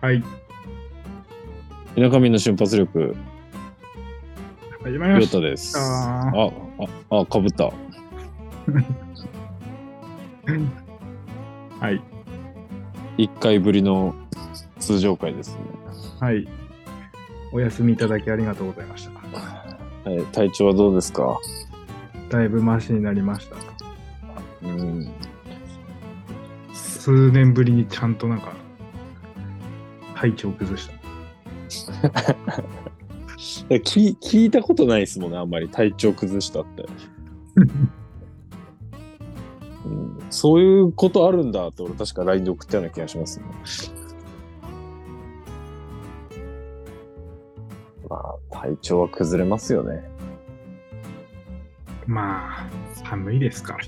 はい、みなかみの瞬発力、始まりりょまうしたです。あ、た。あ、あ、かぶった。はい、一回ぶりの通常回ですね。はい。お休みいただきありがとうございました。えー体調はどうですかだいぶマシになりました。うん。数年ぶりにちゃんとなんか、配置を崩 した。聞聞いたことないですもんね、あんまり体調崩したって。うん、そういうことあるんだって、俺確か LINE で送ったような気がしますね。まあ、体調は崩れますよね。まあ、寒いですから。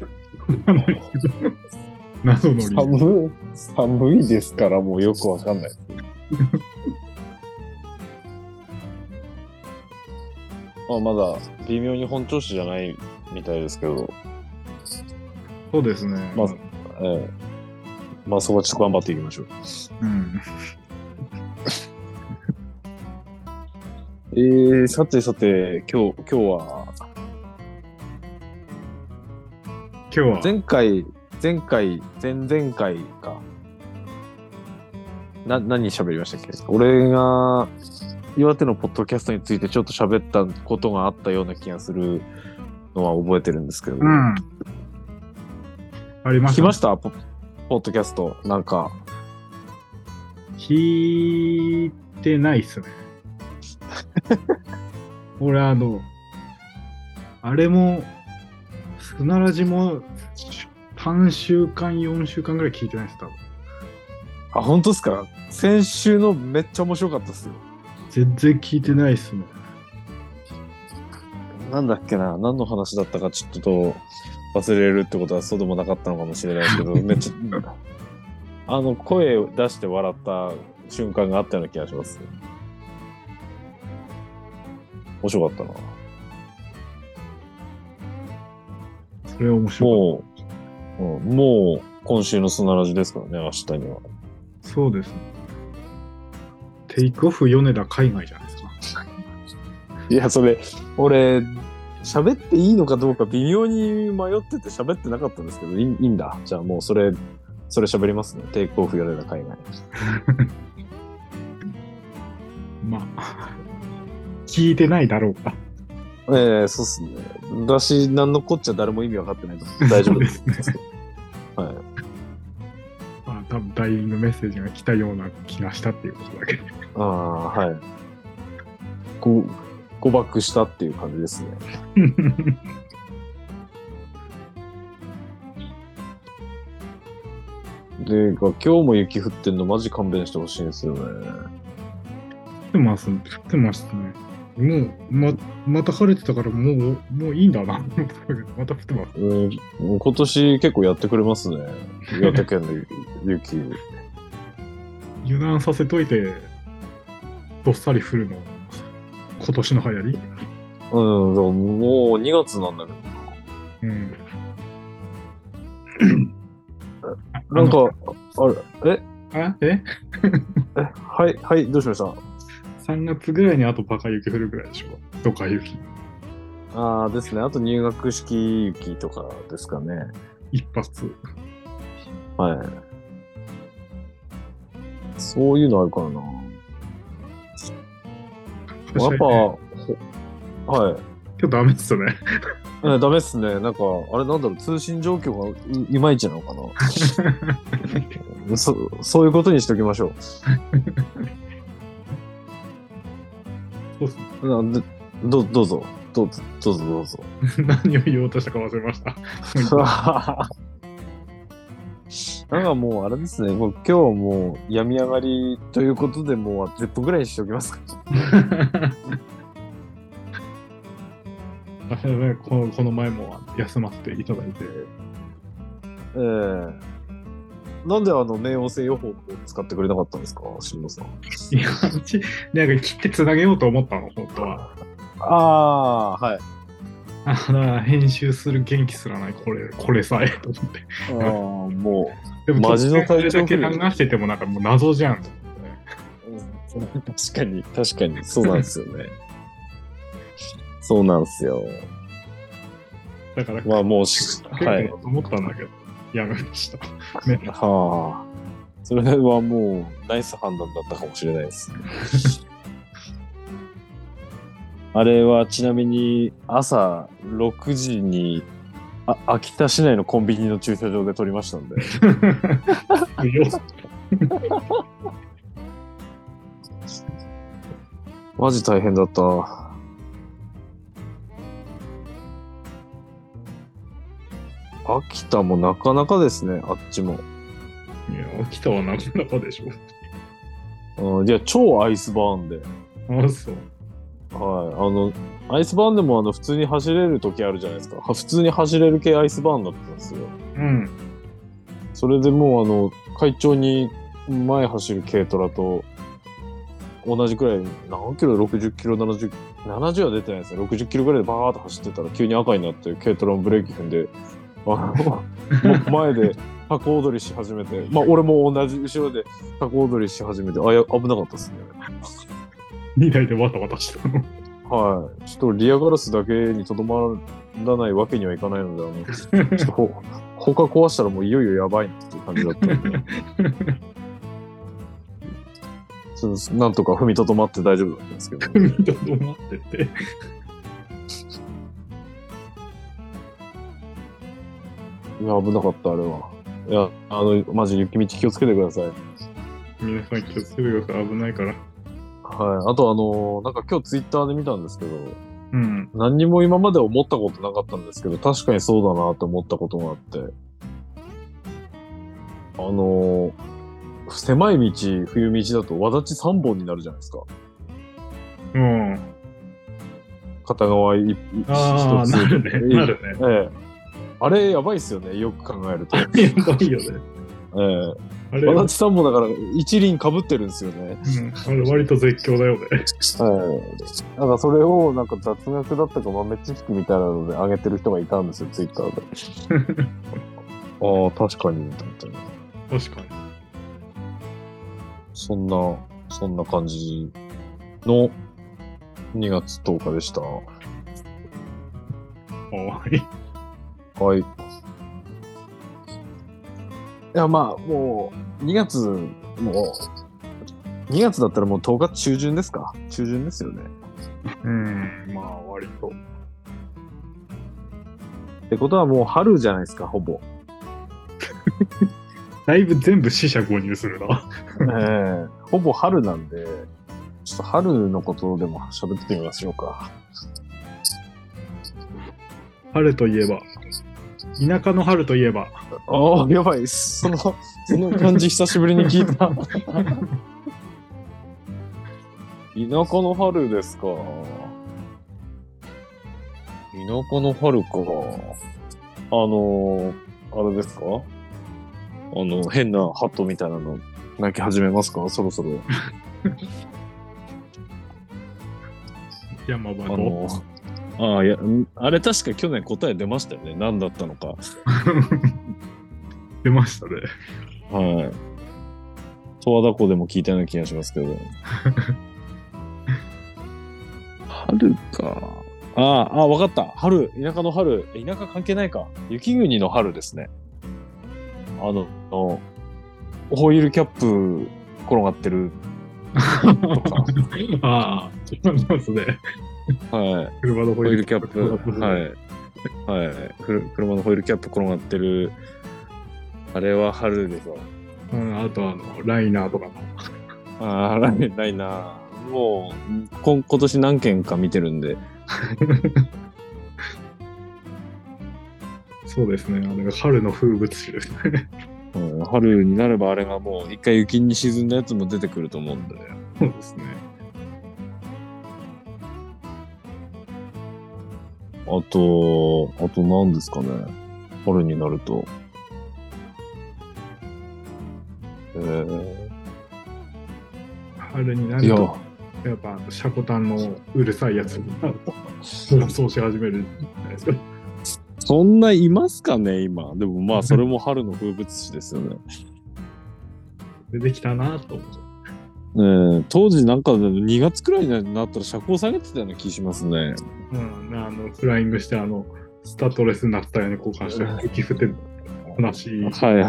謎の理由。寒い寒いですからもうよくわかんない。ま あまだ微妙に本調子じゃないみたいですけど、そうですね。まあええまあそこはちょっと頑張っていきましょう。うん。えー、さてさて、今日、今日は、今日は、前回、前回、前々回か。な、何喋りましたっけ俺が、岩手のポッドキャストについてちょっと喋ったことがあったような気がするのは覚えてるんですけど。うん。ありま聞しきた、ましたポポッドキャスト。なんか、聞いてないっすね。 俺あの、あれも、砂ラジも3週間、4週間ぐらい聞いてないっす、多分。あ、本当ですか先週のめっちゃ面白かったっすよ。全然聞いてないっすね。なんだっけな何の話だったかちょっと忘れるってことはそうでもなかったのかもしれないです けど、めっちゃ、あの、声を出して笑った瞬間があったような気がします。面白かったな。それは面白い。もう、うん、もう今週の砂ラジですからね、明日には。そうですね。テイクオフ米田海外じゃないですか。いや、それ、俺、喋っていいのかどうか微妙に迷ってて喋ってなかったんですけど、いいいいんだ。じゃあもうそれ、それ喋りますね。テイクオフやれた海外。まあ、聞いてないだろうか。ええそうっすね。だし、なんのこっちゃ誰も意味わかってないと思 う大丈夫です。はい。まあ、多分ダイイングメッセージが来たような気がしたっていうことだけど。 ああ、はい。こう、誤爆したっていう感じですね。で、今日も雪降ってんのマジ勘弁してほしいんですよね。降ってます、降ってますね。もう、ま、また晴れてたから、もう、もういいんだな。 また降ってます。うん、今年結構やってくれますね。岩手県の雪。油断させといて、どっさり降るの、今年の流行り。うん、でももう2月なんだけうん。ど。なんか、あれ、え、あ、ええ、はい、はい、どうしました ?3 月ぐらいにあとバカ雪降るぐらいでしょ。どか雪。ああですね、あと入学式雪とかですかね。一発。はい。そういうのあるからな。やっ今ぱ、ほはい。日ダメっすね。 えダメっすね。なんか、あれなんだろう、通信状況がいいまいちなのか なそ。そういうことにしておきましょそうっすねう。なんでどどうぞ、どうぞ、どうぞ、ど うぞ。何を言おうとしたか忘れました。なんかもうあれですね、もう今日はもう病み上がりということで、もう10分ぐらいにしておきますか。あれねこのこの前も休ませていただいて、ええなんであの、冥王星予報を使ってくれなかったんですか、慎吾さん。いや、うちなんか切ってつなげようと思ったの、本当は。ああー、はい。あの編集する元気すらない、これ、 これさえ、と思って。ああ、もでも、マジの体調突不良然あれだけ流してても、なんかもう謎じゃん。う、確かに、確かに、そうなんですよね。そうなんですよ。だから、まあもう 結し、構はだい。と思ったんだけど、やめました。ね、はあ。それはもう、ナイス判断だったかもしれないです。あれはちなみに朝6時にあ秋田市内のコンビニの駐車場で撮りましたんで。よマジ大変だった。秋田もなかなかですね、あっちも。いや、秋田はなかなかでしょ。うん、いや、超アイスバーンで。はい。あ、そう。あの、アイスバーンでもあの普通に走れる時あるじゃないですか。は普通に走れる系アイスバーンだったんですよ。うん。それでもうあの、快調に前走る軽トラと同じくらい、何キロ ?60 キロ、70、70は出てないですね。60キロぐらいでバーッと走ってたら急に赤になって軽トラのブレーキ踏んで、あの、もう前で箱踊りし始めて、まあ俺も同じ後ろで箱踊りし始めて、あ、や危なかったですね。 2台でわたわたしたの。はい。ちょっとリアガラスだけにとどまらないわけにはいかないので、あの、ちょっとほ他壊したらもういよいよやばいっていう感じだったんで。そうですなんとか踏みとどまって大丈夫だったんですけど、みんなどうなってて。いや、危なかった、あれは。いや、あの、マジ雪道気をつけてください。はい。皆さん気をつけてください。危ないから。あと、あの、なんか今日ツイッターで見たんですけど、うん。何にも今まで思ったことなかったんですけど、確かにそうだなって思ったことがあって。あのー狭い道、冬道だと、わだち3本になるじゃないですか。うん。片側いいあ一あ、つ。なるね。なるね。ええ。あれ、やばいっすよね。よく考 えると。えやばいよね。え。あれ、わうだち3本だから、一輪被ってるんですよね。ん、あれ割と絶叫だよね。はい。なんかそれを、なんか雑学だったか豆知識みたいなので上げてる人がいたんですよ、ツイッターで。 ああ、確かに、みたいな。確かに。そんな、そんな感じの2月10日でした。は可愛い。い。いや、まあ、もう、2月、もう、2月だったらもう10日中旬ですか中旬ですよね。うん、まあ割と。ってことはもう春じゃないですか、ほぼ。だいぶ全部死者購入するな。ええほぼ春なんで、ちょっと春のことでも喋ってみましょうか。春といえば、田舎の春といえば、ああ、やばい。その、その感じ久しぶりに聞いた。 田舎の春ですか。田舎の春か。あのーあれですかあの、変なハットみたいなの、泣き始めますかそろそ ろ。山場あの。のーああ、いや、んあれ確か去年答え出ましたよね。何だったのか。 出ました ね。はい。十和田湖でも聞いたような気がしますけど。春か。ああ、ああ、わかった。春、田舎の春。え田舎関係ないか。雪国の春ですね。あの、あのホイールキャップ転がってるとか。ああ、そうなんですね。はい。車のホホイイールールキキャャッップ。プ。はい。はい。ふる車のホイールキャップ転がってる。あれは春でしょ。うん、あとあの、ライナーとかの。ああ、ラーメンないな。もう、こ今年何件か見てるんで。そうですね。あれが春の風物詩ですね。 うん春になればあれがもう一回雪に沈んだやつも出てくると思うんで。そうですね。あと、あと何ですかね。春になると。えー春にないるや、とやっぱシャコタンのうるさいやつが暴走し始めるじゃないですか。そんないますかね、今。でもまあ、それも春の風物詩です よね。出てきたなと思って。えー当時なんか2月くらいになったら車高下げてたような気しますね。うん、あのフライングしてあのスタトレスなったように交換して、雪降ってる話、はいはい。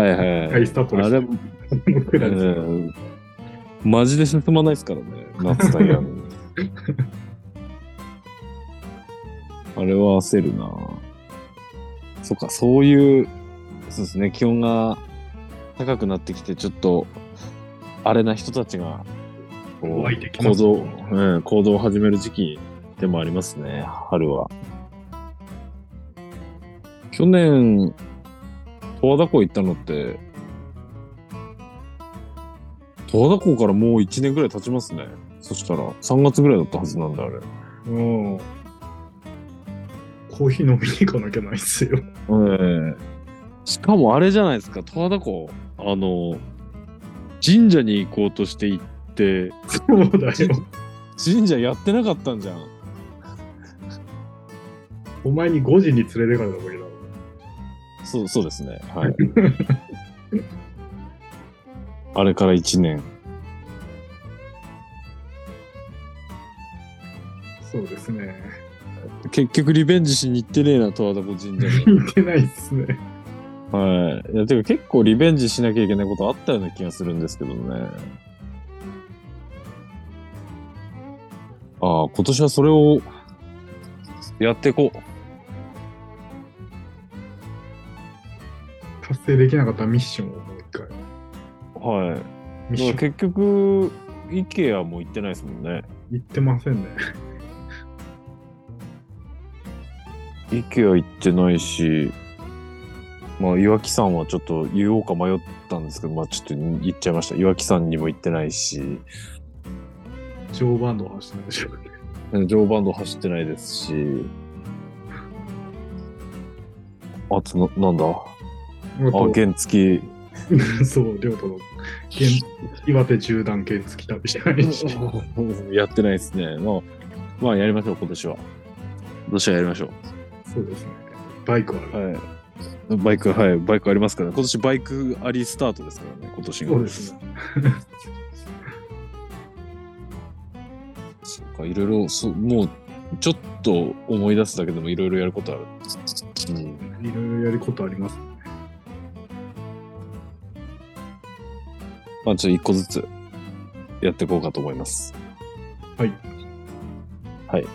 はいはい。ハイスタトレあスれ、のくえらいですーマジで進まないですからね、夏タイヤの。あれは焦るなそっか、そういう、そうですね、気温が高くなってきて、ちょっと、あれな人たちが、こ湧いてきう、ま行す動、うん、行動を始める時期でもありますね、春は。去年、十和田湖行ったのって、十和田湖からもう1年ぐらい経ちますね。そしたら、3月ぐらいだったはずなんだ、あれ。うんコーヒー飲みに行かなきゃないっすよ。ええしかもあれじゃないですか、十和田湖、あの、神社に行こうとして行って、そうだよ。神社やってなかったんじゃん。お前に5時に連れてかれたわけだろ。そう、そうですね。はい。 あれから1年。そうですね。結局リベンジしに行ってねえな、十和田湖神社に。行ってないっすね。はい。いや、てか結構リベンジしなきゃいけないことあったような気がするんですけどね。ああ、今年はそれをやっていこう。達成できなかったミッションをもう一回。はい。ミッまシあョン結局、IKEA も行ってないですもんね。行ってませんね。 IKEA 行ってないし、まあ、岩木さんはちょっと言おうか迷ったんですけど、まあ、ちょっと行っちゃいました。岩木さんにも行ってないし、常磐道走ってないでしょ。常磐道走ってないですし、あとな、なんだああ、原付き。そう、両都の原岩手縦断原付き旅してないし。やってないですね。まあ、まあ、やりましょう、今年は。今年はやりましょそうですね。バイクある。う。はい。バイク、はい、バイクありますから、今年バイクありスタートですからね、今年が。そうですね。そうか、いろいろ、そうもう、ちょっと思い出すだけでもいろいろやることある。うん。いろいろやることあります。まあ、ちょっと一個ずつやっていこうかと思います。はい。はい。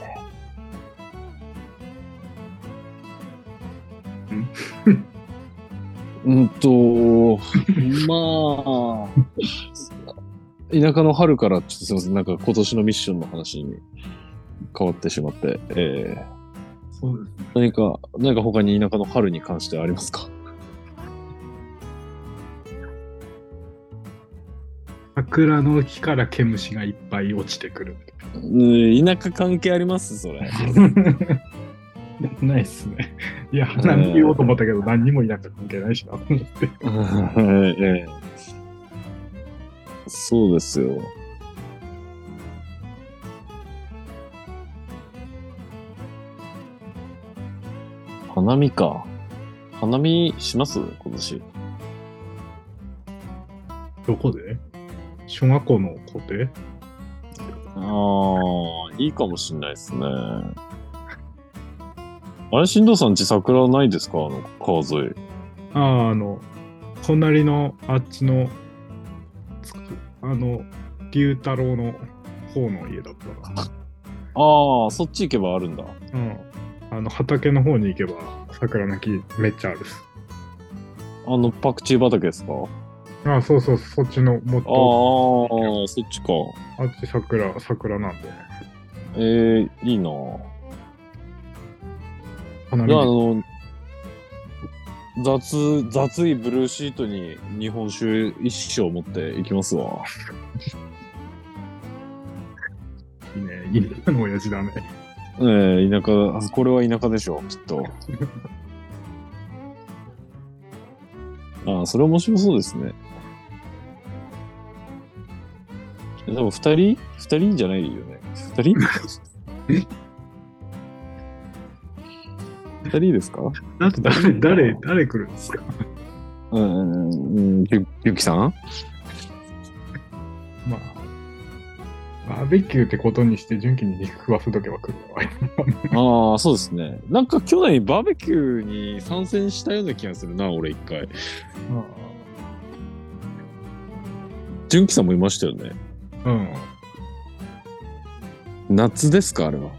うんと、まあ、田舎の春から、ちょっとすいません、なんか今年のミッションの話に変わってしまって、えー、そうですね。何か、何か他に田舎の春に関してありますか桜の木から毛虫がいっぱい落ちてくる。うん、田舎関係ありますそれ。ないっすね。 いや、花見ようと思ったけど、何にもいなくて関係ないしなと思って。ええそうですよ。花見か。花見します今年。 どこで小学校の校庭ああ、いいかもしんないですね。あれ、新藤さんち桜ないですかあの川沿い。ああ、あの、隣のあっちの、つくあの、龍太郎の方の家だったら、ああ、そっち行けばあるんだ。うん。あの、畑の方に行けば、桜の木めっちゃあるっす。あのパクチー畑ですかあああ、そうそう、そっちの、もっあと、ー、そっちか。あっち桜、桜なんで。ええいいな花あ見あの、雑、雑いブルーシートに日本酒一升持っていきますわ。いいね。い いね。の親父だね。ええ田舎、これは田舎でしょう、きっと。ああ、それ面白そうですね。でも二人二人じゃないよね。二人二人ですかだって 誰、誰、誰来るんですかうんうんうん。ゆゆきさんまあ、バーベキューってことにして、純喜に肉食わせとけば来るわ。ああ、そうですね。なんか去年バーベキューに参戦したような気がするな、俺一回。純喜さんもいましたよね。 うん。夏ですか、あれは。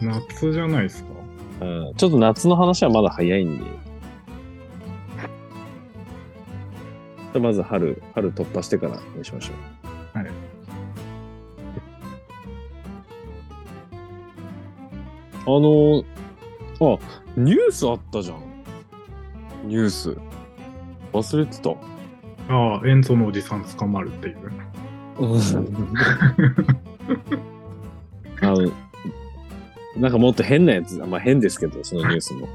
夏じゃないですか。うん。ちょっと夏の話はまだ早いんで。まず春、春突破してからにしましょう。はい。あのー、あ、ニュースあったじゃん。ニュース。忘れてた。ああ、塩素のおじさん捕まるって いう。あの、なんかもっと変なやつ、まあ変ですけど、そのニュースも。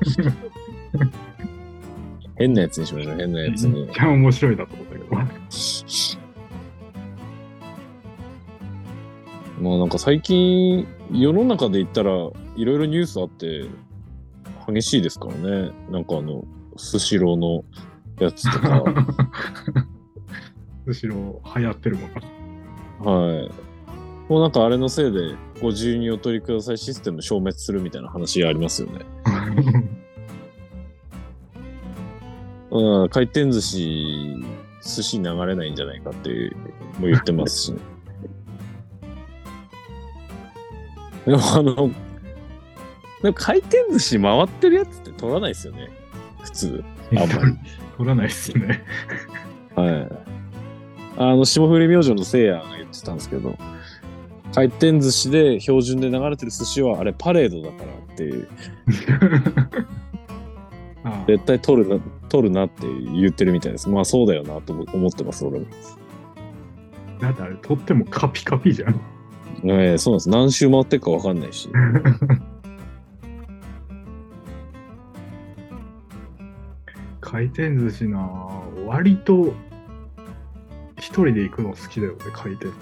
変なやつにしましょう、変なやつめにっ。ちゃ面白いだと思ったけど。もうなんか最近、世の中で言ったら、いろいろニュースあって、激しいですからね。なんかあの、スシローのやつと か。むしろ流行ってるもんな。はい。もうなんかあれのせいで、ご自由にお取りくださいシステム消滅するみたいな話ありますよね。うん、回転寿司、寿司流れないんじゃないかっていう、も言ってますし、ね。 でもあの、でも回転寿司回ってるやつって取らないですよね。普通。あんまり。取らないっす ね。はい。あの、霜降り明星のせいやが言ってたんですけど、回転寿司で標準で流れてる寿司は、あれパレードだからっていう、ああ絶対取るな、取るなって言ってるみたいです。まあそうだよなと思ってます、俺も。だってあれ、取ってもカピカピじゃん。ええそうなんです。何周回ってるかわかんないし。回転寿司なあ割と一人で行くの好きだよ俺回転寿司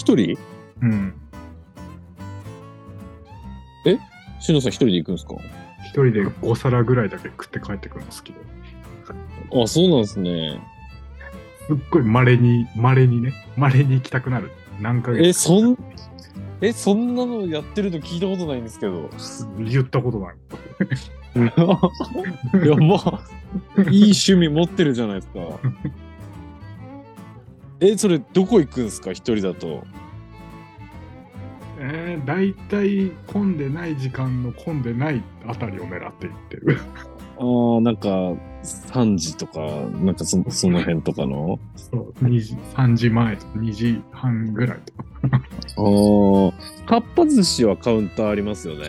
一人うんしのさん一人で行くんですか一人で5皿ぐらいだけ食って帰ってくるの好きであ、そうなんですね。すっごい稀に稀にね稀に行きたくなる何ヶ月え、そん、え、そんなのやってるの聞いたことないんですけ ど。言ったことないやば。いい趣味持ってるじゃないですか。え、それどこ行くんですか一人だと。えー、大体混んでない時間の混んでないあたりを狙っていってるああ、なんか、3時とか、なんかそその辺とかの。そう2時3時前とか2時半ぐらいとかああ、かっぱ寿司はカウンターありますよね。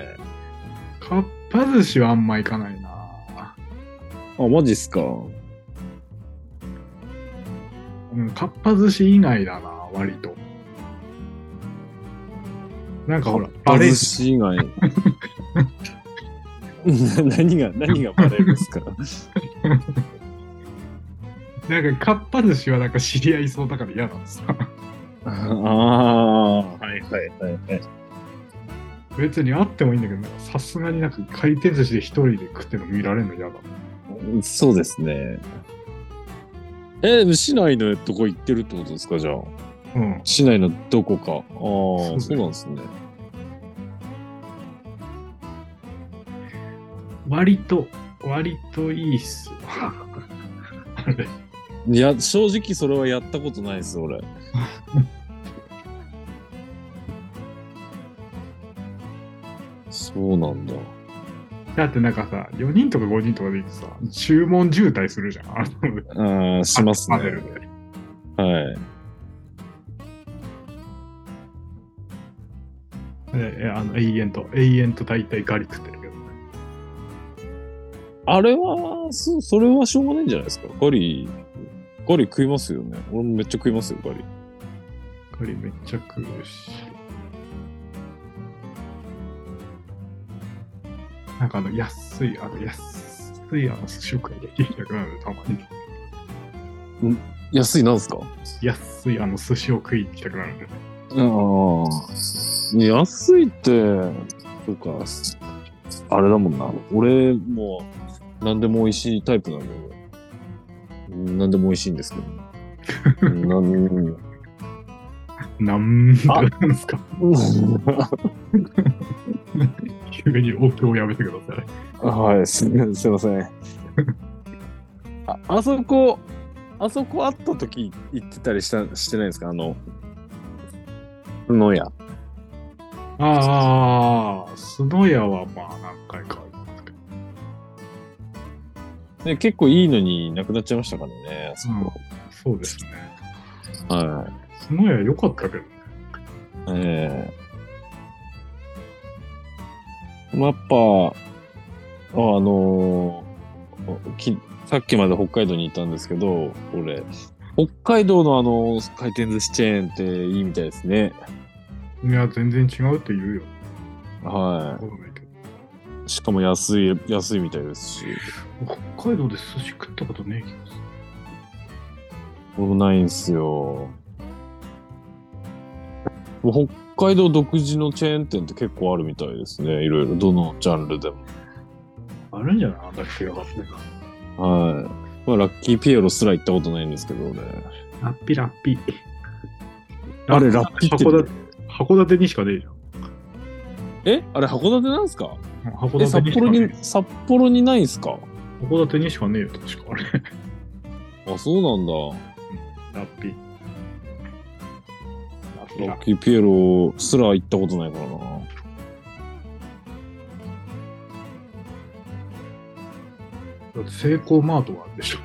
かっぱ寿司はあんま行かないなあ、マジっすか。うん、かっぱ寿司以外だな、割と。なんかほら、ババレレン寿司以外。な 何が、何がバレです かなんかかっぱ寿司はなんか知り合いそうだから嫌なんです。 ああ、はいはいはいはい。別にあってもいいんだけど、なんかさすがになんか回転寿司で一人で食ってるの見られるの嫌だ。そうですね。え、市内のとこ行ってるってことですか、じゃあ。うん。市内のどこか。あうあ、ねそうなんですね。割と、割といいっすよ。 あれいや、正直それはやったことないです、 俺。そうなんだ。だってなんかさ、4人とか5人とかで行ってさ、注文渋滞するじゃん。あのああ、しますね。パネルではい。ええあの永遠と、永遠と大体ガリ食ってるけど。あれは、そそれはしょうがないんじゃないですか。ガリ、ガリ食いますよね。俺もめっちゃ食いますよ、ガリ。カリめっちゃ食うし。なんかあの安い、あの安いあの寿司を食いで行きたくなるたまに。安いなんすか安いあの寿司を食いに行きたくなるんだよねうん。安いって、そうか、あれだもんな。俺、もう、何でも美味しいタイプなんで、うん何でも美味しいんですけ ど。なんなんなんですかは急にお経をやめてください。い、す すいません。ああそこ、あそこ会った時行ってたりしたしてないですかあの、のや。ああ、スノヤはまあ何回かありますけど。ね、結構いいのになくなっちゃいましたからね。あそこうん、そうですね。はい。スノヤ良かったけどね。ええまあやっぱ、あのーき、さっきまで北海道にいたんですけど、俺、北海道のあの、回転寿司チェーンっていいみたいですね。いや、全然違うって言うよ。はわかんないけどい。しかも安い、安いみたいですし、北海道で寿司食ったことねえ気がする。俺もないんすよ。もう北海道独自のチェーン店って結構あるみたいですね。いろいろ、どのジャンルでも。あるんじゃないあんだけがかったはい。まあ、ラッキーピエロすら行ったことないんですけどね。ラッピラッピ。あれ、ラッピって。函館函館にしかねえじゃんえあれ、函館なんすかうん。函え、館札にしか幌ねに、札幌にないんすかえ。函館にしかねえよ、確か。あれ。あ、そうなんラッピ。ラッピだ。ララッキーピエロすら行ったことないからな。だってセイコーマートがあるでし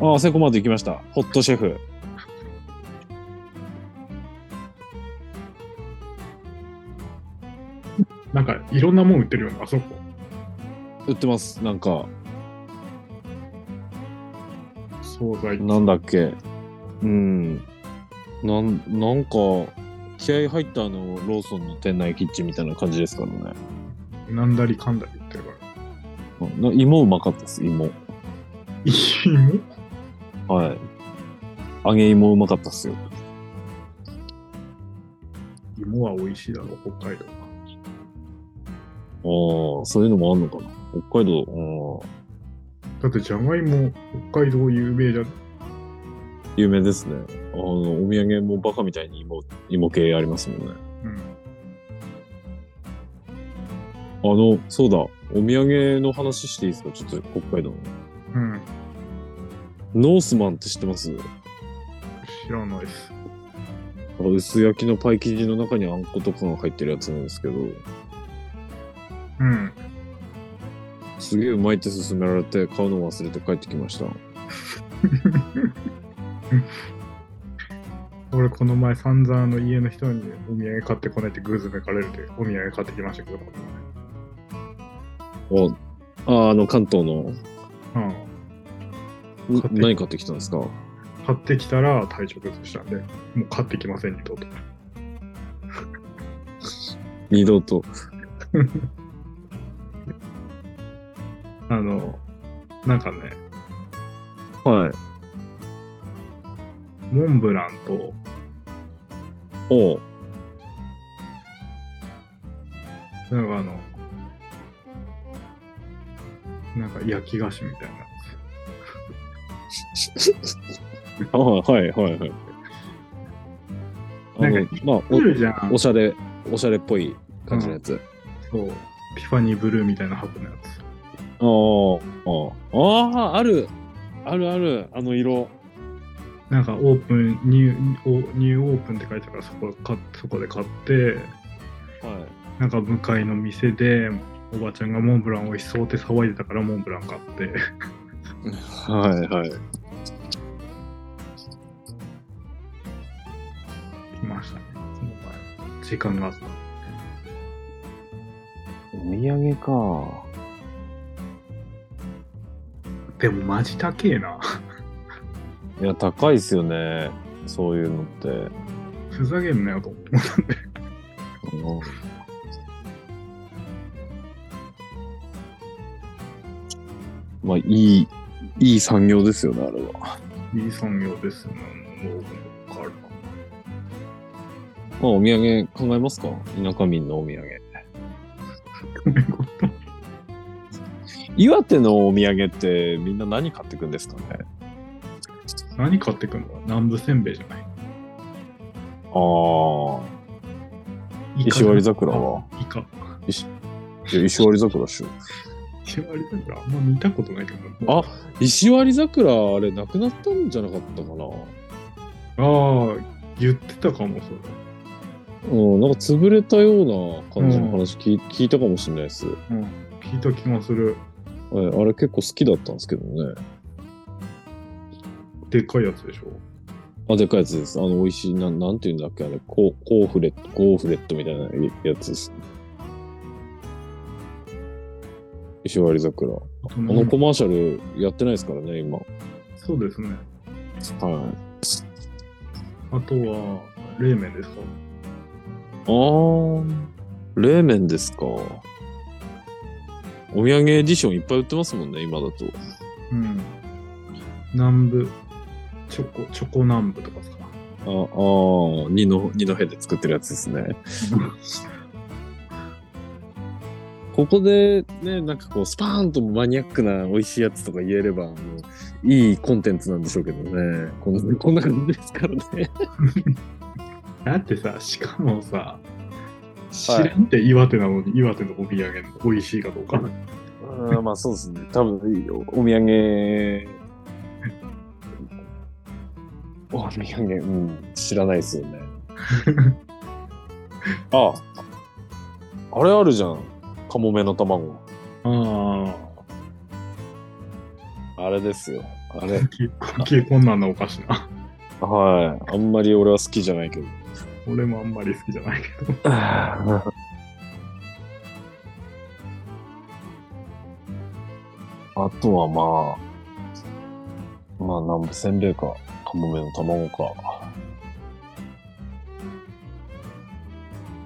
ょ。あセコマート行きました。ホットシェフ。なんかいろんなもん売ってるよね、あそこ。売ってます。なんか、惣菜。なんだっけ。うん。なん、なんか、気合入ったあの、ローソンの店内キッチンみたいな感じですからね。なんだりかんだり言ってるから。うんな芋うまかったです、芋。芋はい。揚げ芋うまかったっすよ。芋は美味しいだろ、北海道は。ああ、そういうのもあんのかな。北海道、ああだってじゃがいも、北海道有名じゃん。有名ですね。あの、お土産もバカみたいに芋、芋系ありますもんね。うん。あの、そうだ、お土産の話していいですかちょっと北海道の。うん。ノースマンって知ってます知らないっす。あの薄焼きのパイ生地の中にあんことかが入ってるやつなんですけど、うん。すげえうまいって勧められて買うの忘れて帰ってきました。俺この前散々あの家の人にお土産買ってこないってグーズめかれるでお土産買ってきましたけど、こおあ、あの、関東の、の前ん買って何買ってきたんですかうん。買ってきたら体調崩したんで、もう買ってきません、二度と。二度と。あの、なんかね、はい。モンブランと、おうなんかあの、なんか焼き菓子みたいなやあはいはいはい。あなのんか、まあつ。来るじゃんお、お。しゃれ、おしゃれっぽい感じのやつ。そう。ティファニーブルーみたいな箱のやつ。あーあー、ああ、ある、あるある、あの色。なんかオープン、ニュー、ニューオープンって書いてあるからそこか、そこで買って、はなんか向かいの店で、おばちゃんがモンブラン美味しそうって騒いでたからモンブラン買って、い。はいはい。来ましたね。その前。時間があった。お土産か。でもマジ高えな。 いや、高いっすよね。そういうのって。ふざけんなよと思って。うんまあ、いい、いい産業ですよね、あれは。いい産業ですね。農業から。まあ、お土産考えますか田舎民のお土産。岩手のお土産ってみんな何買ってくんですかね何買ってくんの南部せんべいじゃない。ああ、石割桜は。イカ。いや石割桜っしょ。石割桜あんま見たことないけど。あ石割桜、あれ、なくなったんじゃなかったかなああ、言ってたかも、それ。うん、なんか潰れたような感じの話聞,、聞いたかもしれないです。うえん。聞いた気がする。あれ結構好きだったんですけどね。でっかいやつでしょ。あ、でかいやつです。あの、美味しい、なん、なんていうんだっけ、あれ、コーコーフレット、コーフレットみたいなやつです。石割桜。ああのコマーシャルやってないですからね、今。そうですね。はい。あとは、冷麺ですかあー、冷麺ですか。お土産エディションいっぱい売ってますもんね、今だと。うん。南部、チョコ、チョコ南部とかさ。ああー、二の、二の辺で作ってるやつですね。ここでね、なんかこう、スパーンとマニアックな美味しいやつとか言えれば、あのいいコンテンツなんでしょうけどね。こんなこんな感じですからね。だってさ、しかもさ、知らんって岩手なのに、岩手のお土産の美味しいかどうか。うん、まあそうですね。多分、お土産、お土産、うん、知らないですよね。 あ、あれあるじゃん。カモメの卵。ああれですよ。ああれ。、結構結構こんなんなおかしいな。はい。あんまり俺は好きじゃないけど。俺もあんまり好きじゃないけど。あとはまあ、まあ、南部せんべいか、カモメの卵か。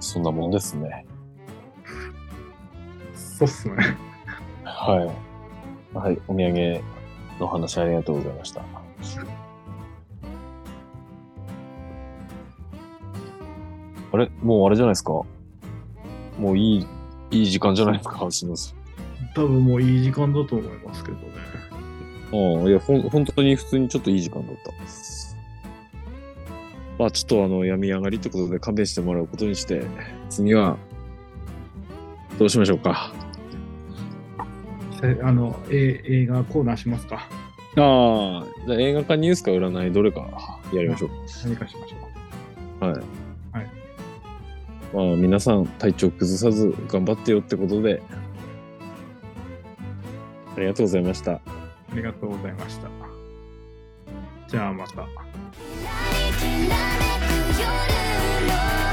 そんなもんですね。そうっすね。はい。はい、お土産の話ありがとうございました。あれもうあれじゃないですかもういい、いい時間じゃないですか、しのす。多分もういい時間だと思いますけどね。うん、いや、ほん、本当に普通にちょっといい時間だった。まあ、ちょっとあの、病み上がりってことで勘弁してもらうことにして、次は、どうしましょうか。せあの、え映画コーナーしますかああ、じゃあ映画かニュースか占い、どれかやりましょう何かしましょう。か。はい。はい。まあ、皆さん、体調崩さず頑張ってよってことで、ありがとうございました。ありがとうございました。じゃあまた。 「きらめく夜の」